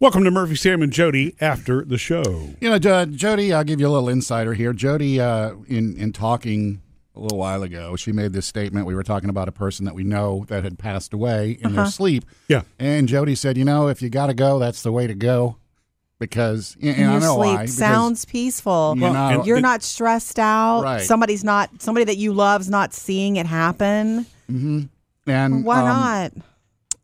Welcome to Murphy, Sam, and Jody after the show. You know, J- Jody, I'll give you a little insider here. Jody, uh, in in talking a little while ago, she made this statement. We were talking about a person that we know that had passed away in Uh-huh. their sleep. Yeah. and Jody said, "You know, if you got to go, that's the way to go." Because and, and I your know sleep why. because- sounds peaceful. You're not- You're it- not stressed out. Right. Somebody's not somebody that you love's not seeing it happen. mm-hmm. and Why um, not?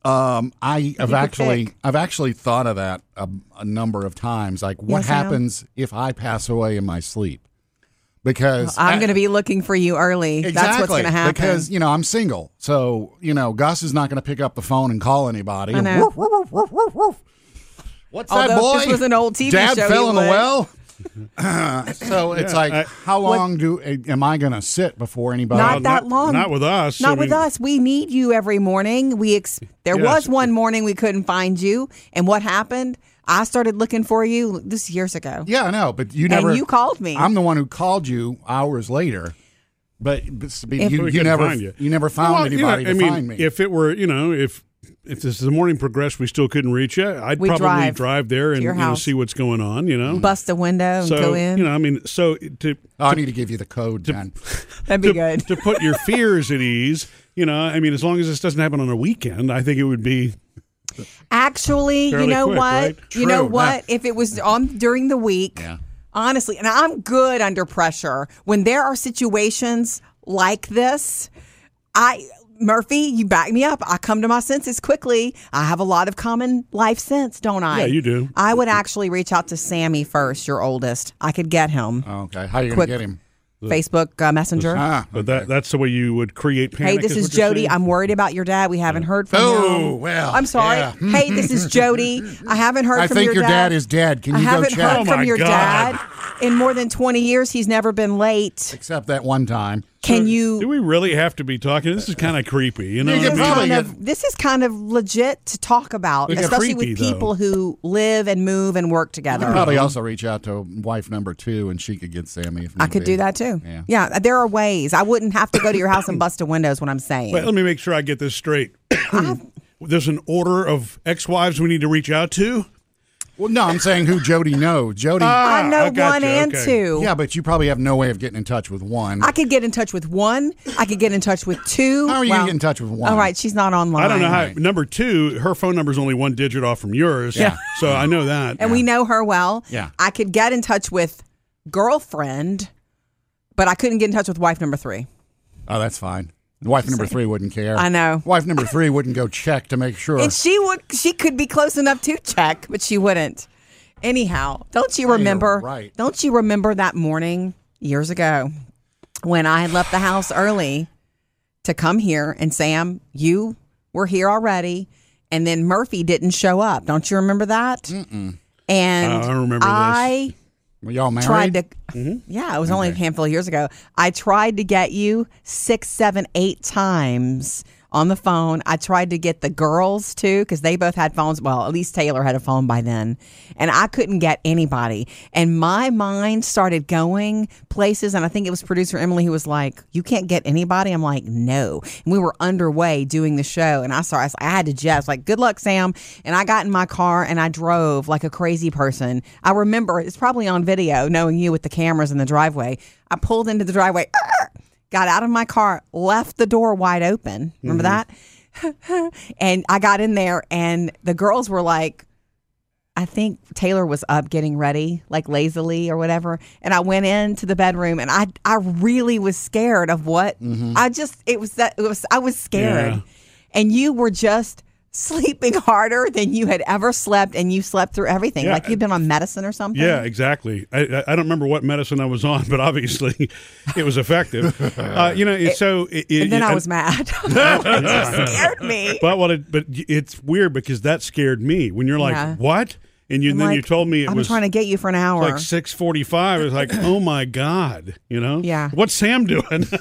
Um, I have could actually, pick. I've actually thought of that a, a number of times. Like, what Yes, ma'am. happens if I pass away in my sleep? Because I'm I- going to be looking for you early. exactly That's what's going to happen. because you know I'm single, so you know Gus is not going to pick up the phone and call anybody. I know. Woof, woof, woof, woof, woof, woof. What's that Although boy? if this was an old TV Dad show, fell he in the would. well. so it's like, I- how long do eh, am I going to sit before anybody? Not Well, that long. Not with us. Not I with mean, us. We need you every morning. We ex- there Yes. was one morning we couldn't find you, and what happened? I started looking for you this is years ago. Yeah, I know, but you never. you called me. I'm the one who called you hours later, but, but you, we you couldn't never find you. never found Well, you know, anybody I to mean, find me. If it were, you know, if if this the morning progressed, we still couldn't reach you. I'd We probably drive drive, there and your you know, house. see what's going on. You know, Bust a window and so go in. you know, I mean, so to Oh, I need to give you the code, then. That'd be to, good. to put your fears at ease. You know, I mean, as long as this doesn't happen on a weekend, I think it would be Actually, you Fairly know quick, what? right? You know True. what? if it was on during the week, honestly, and I'm good under pressure. When there are situations like this, I Murphy, you back me up. I come to my senses quickly. I have a lot of common life sense, don't I? Yeah, you do. I would actually reach out to Sammy first, your oldest. I could get him. Uh, okay, how are you going Quick. to get him? Facebook uh, Messenger. Ah, But that that's the way you would create Hey, panic. this is what you're Jody. saying? I'm worried about your dad. We haven't heard from him. Oh, well, I'm sorry. yeah. Hey, this is Jody. I haven't heard I from think your your dad is dead. Can I you go haven't check? heard Oh from my your God. dad in more than 20 years. He's never been late. Except that one time. Can Do you? we really have to be talking? This is kind of creepy. You know, You what I could This is, mean? probably kind of, get- this is kind of legit to talk about, Look at especially creepy, with though. people who live and move and work together. Probably also reach out to wife number two, and she could get Sammy. If I need could be. do that too. Yeah. there are ways. I wouldn't have to go to your house and bust a window. Is what I'm saying. Wait, let me make sure I get this straight. There's an order of ex-wives we need to reach out to. Well, no, I'm saying who Jody knows. Jody. I ah, know I got one you. and Okay. two. yeah, but you probably have no way of getting in touch with one. I could get in touch with one. I could get in touch with two. How are you gonna get in touch with one? All right, she's not online. I don't know how. Number two, her phone number's only one digit off from yours. Yeah. So I know that. and we know her well. Yeah. I could get in touch with girlfriend, but I couldn't get in touch with wife number three. Oh, that's fine. Wife number three wouldn't care. I know. Wife number three wouldn't go check to make sure. And she would she could be close enough to check, but she wouldn't. Anyhow, don't you remember right. don't you remember that morning years ago when I had left the house early to come here and Sam, you were here already, and then Murphy didn't show up. Don't you remember that? And I remember this. I Were y'all married? tried to yeah it was only a handful of years ago i tried to get you six seven eight times on the phone i tried to get the girls too because they both had phones well at least taylor had a phone by then and i couldn't get anybody and my mind started going places and i think it was producer emily who was like you can't get anybody i'm like no and we were underway doing the show and i saw i, was- I had to jest like good luck sam and i got in my car and i drove like a crazy person i remember it's probably on video knowing you with the cameras in the driveway i pulled into the driveway got out of my car left the door wide open remember that and i got in there and the girls were like I think Taylor was up getting ready, like lazily or whatever. And I went into the bedroom, and I I really was scared of what I just it was that it was I was scared, Mm-hmm. Yeah. and you were just sleeping harder than you had ever slept, and you slept through everything, Yeah. like you'd been on medicine or something. Yeah, exactly. I, I- I don't remember what medicine I was on, but obviously it was effective. Uh, you know, it, so it, it- And then I it- was mad. it scared me. But what? It, but it's weird because that scared me when you're like, Yeah. what? And you I'm then you like, told me it I'm was trying to get you for an hour. like six forty five. It's like, oh my god, you know? Yeah. What's Sam doing?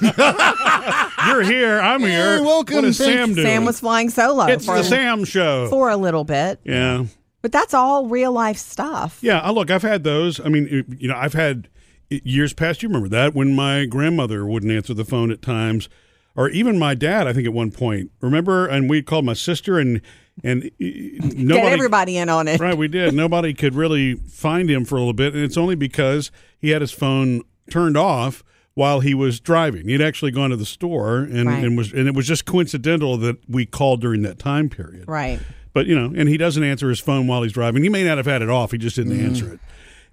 You're here. I'm here. Hey, welcome. What is Thank- Sam doing? Sam was flying solo it's for, the Sam show. for a little bit, yeah, but that's all real life stuff. yeah. I, look, I've had those. I mean, you- you know, I've had i- years past. You remember that when my grandmother wouldn't answer the phone at times, or even my dad. I think at one point, remember, and we called my sister, and and eh, eh, Get nobody everybody in on it. Right, we did. Nobody could really find him for a little bit, and it's only because he had his phone turned off while he was driving. He'd actually gone to the store, and, Right. and was and it was just coincidental that we called during that time period. Right. But you know, and he doesn't answer his phone while he's driving. He may not have had it off. He just didn't Mm-hmm. answer it,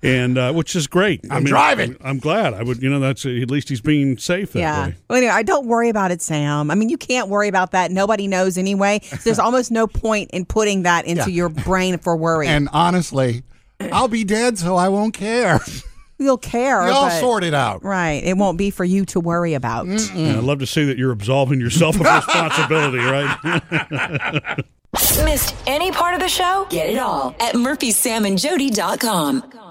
and uh, which is great. I'm driving. I'm glad. I would. You know, that's at least he's being safe that Yeah. way. Well, anyway, I don't worry about it, Sam. I mean, you can't worry about that. Nobody knows anyway. So there's almost no point in putting that into Yeah. your brain for worry. And honestly, I'll be dead, so I won't care. You'll care. Y'all but- sort it out. Right. It won't be for you to worry about. And I'd love to see that you're absolving yourself of responsibility. Right. Missed any part of the show? Get it all at murphysamandjody.com.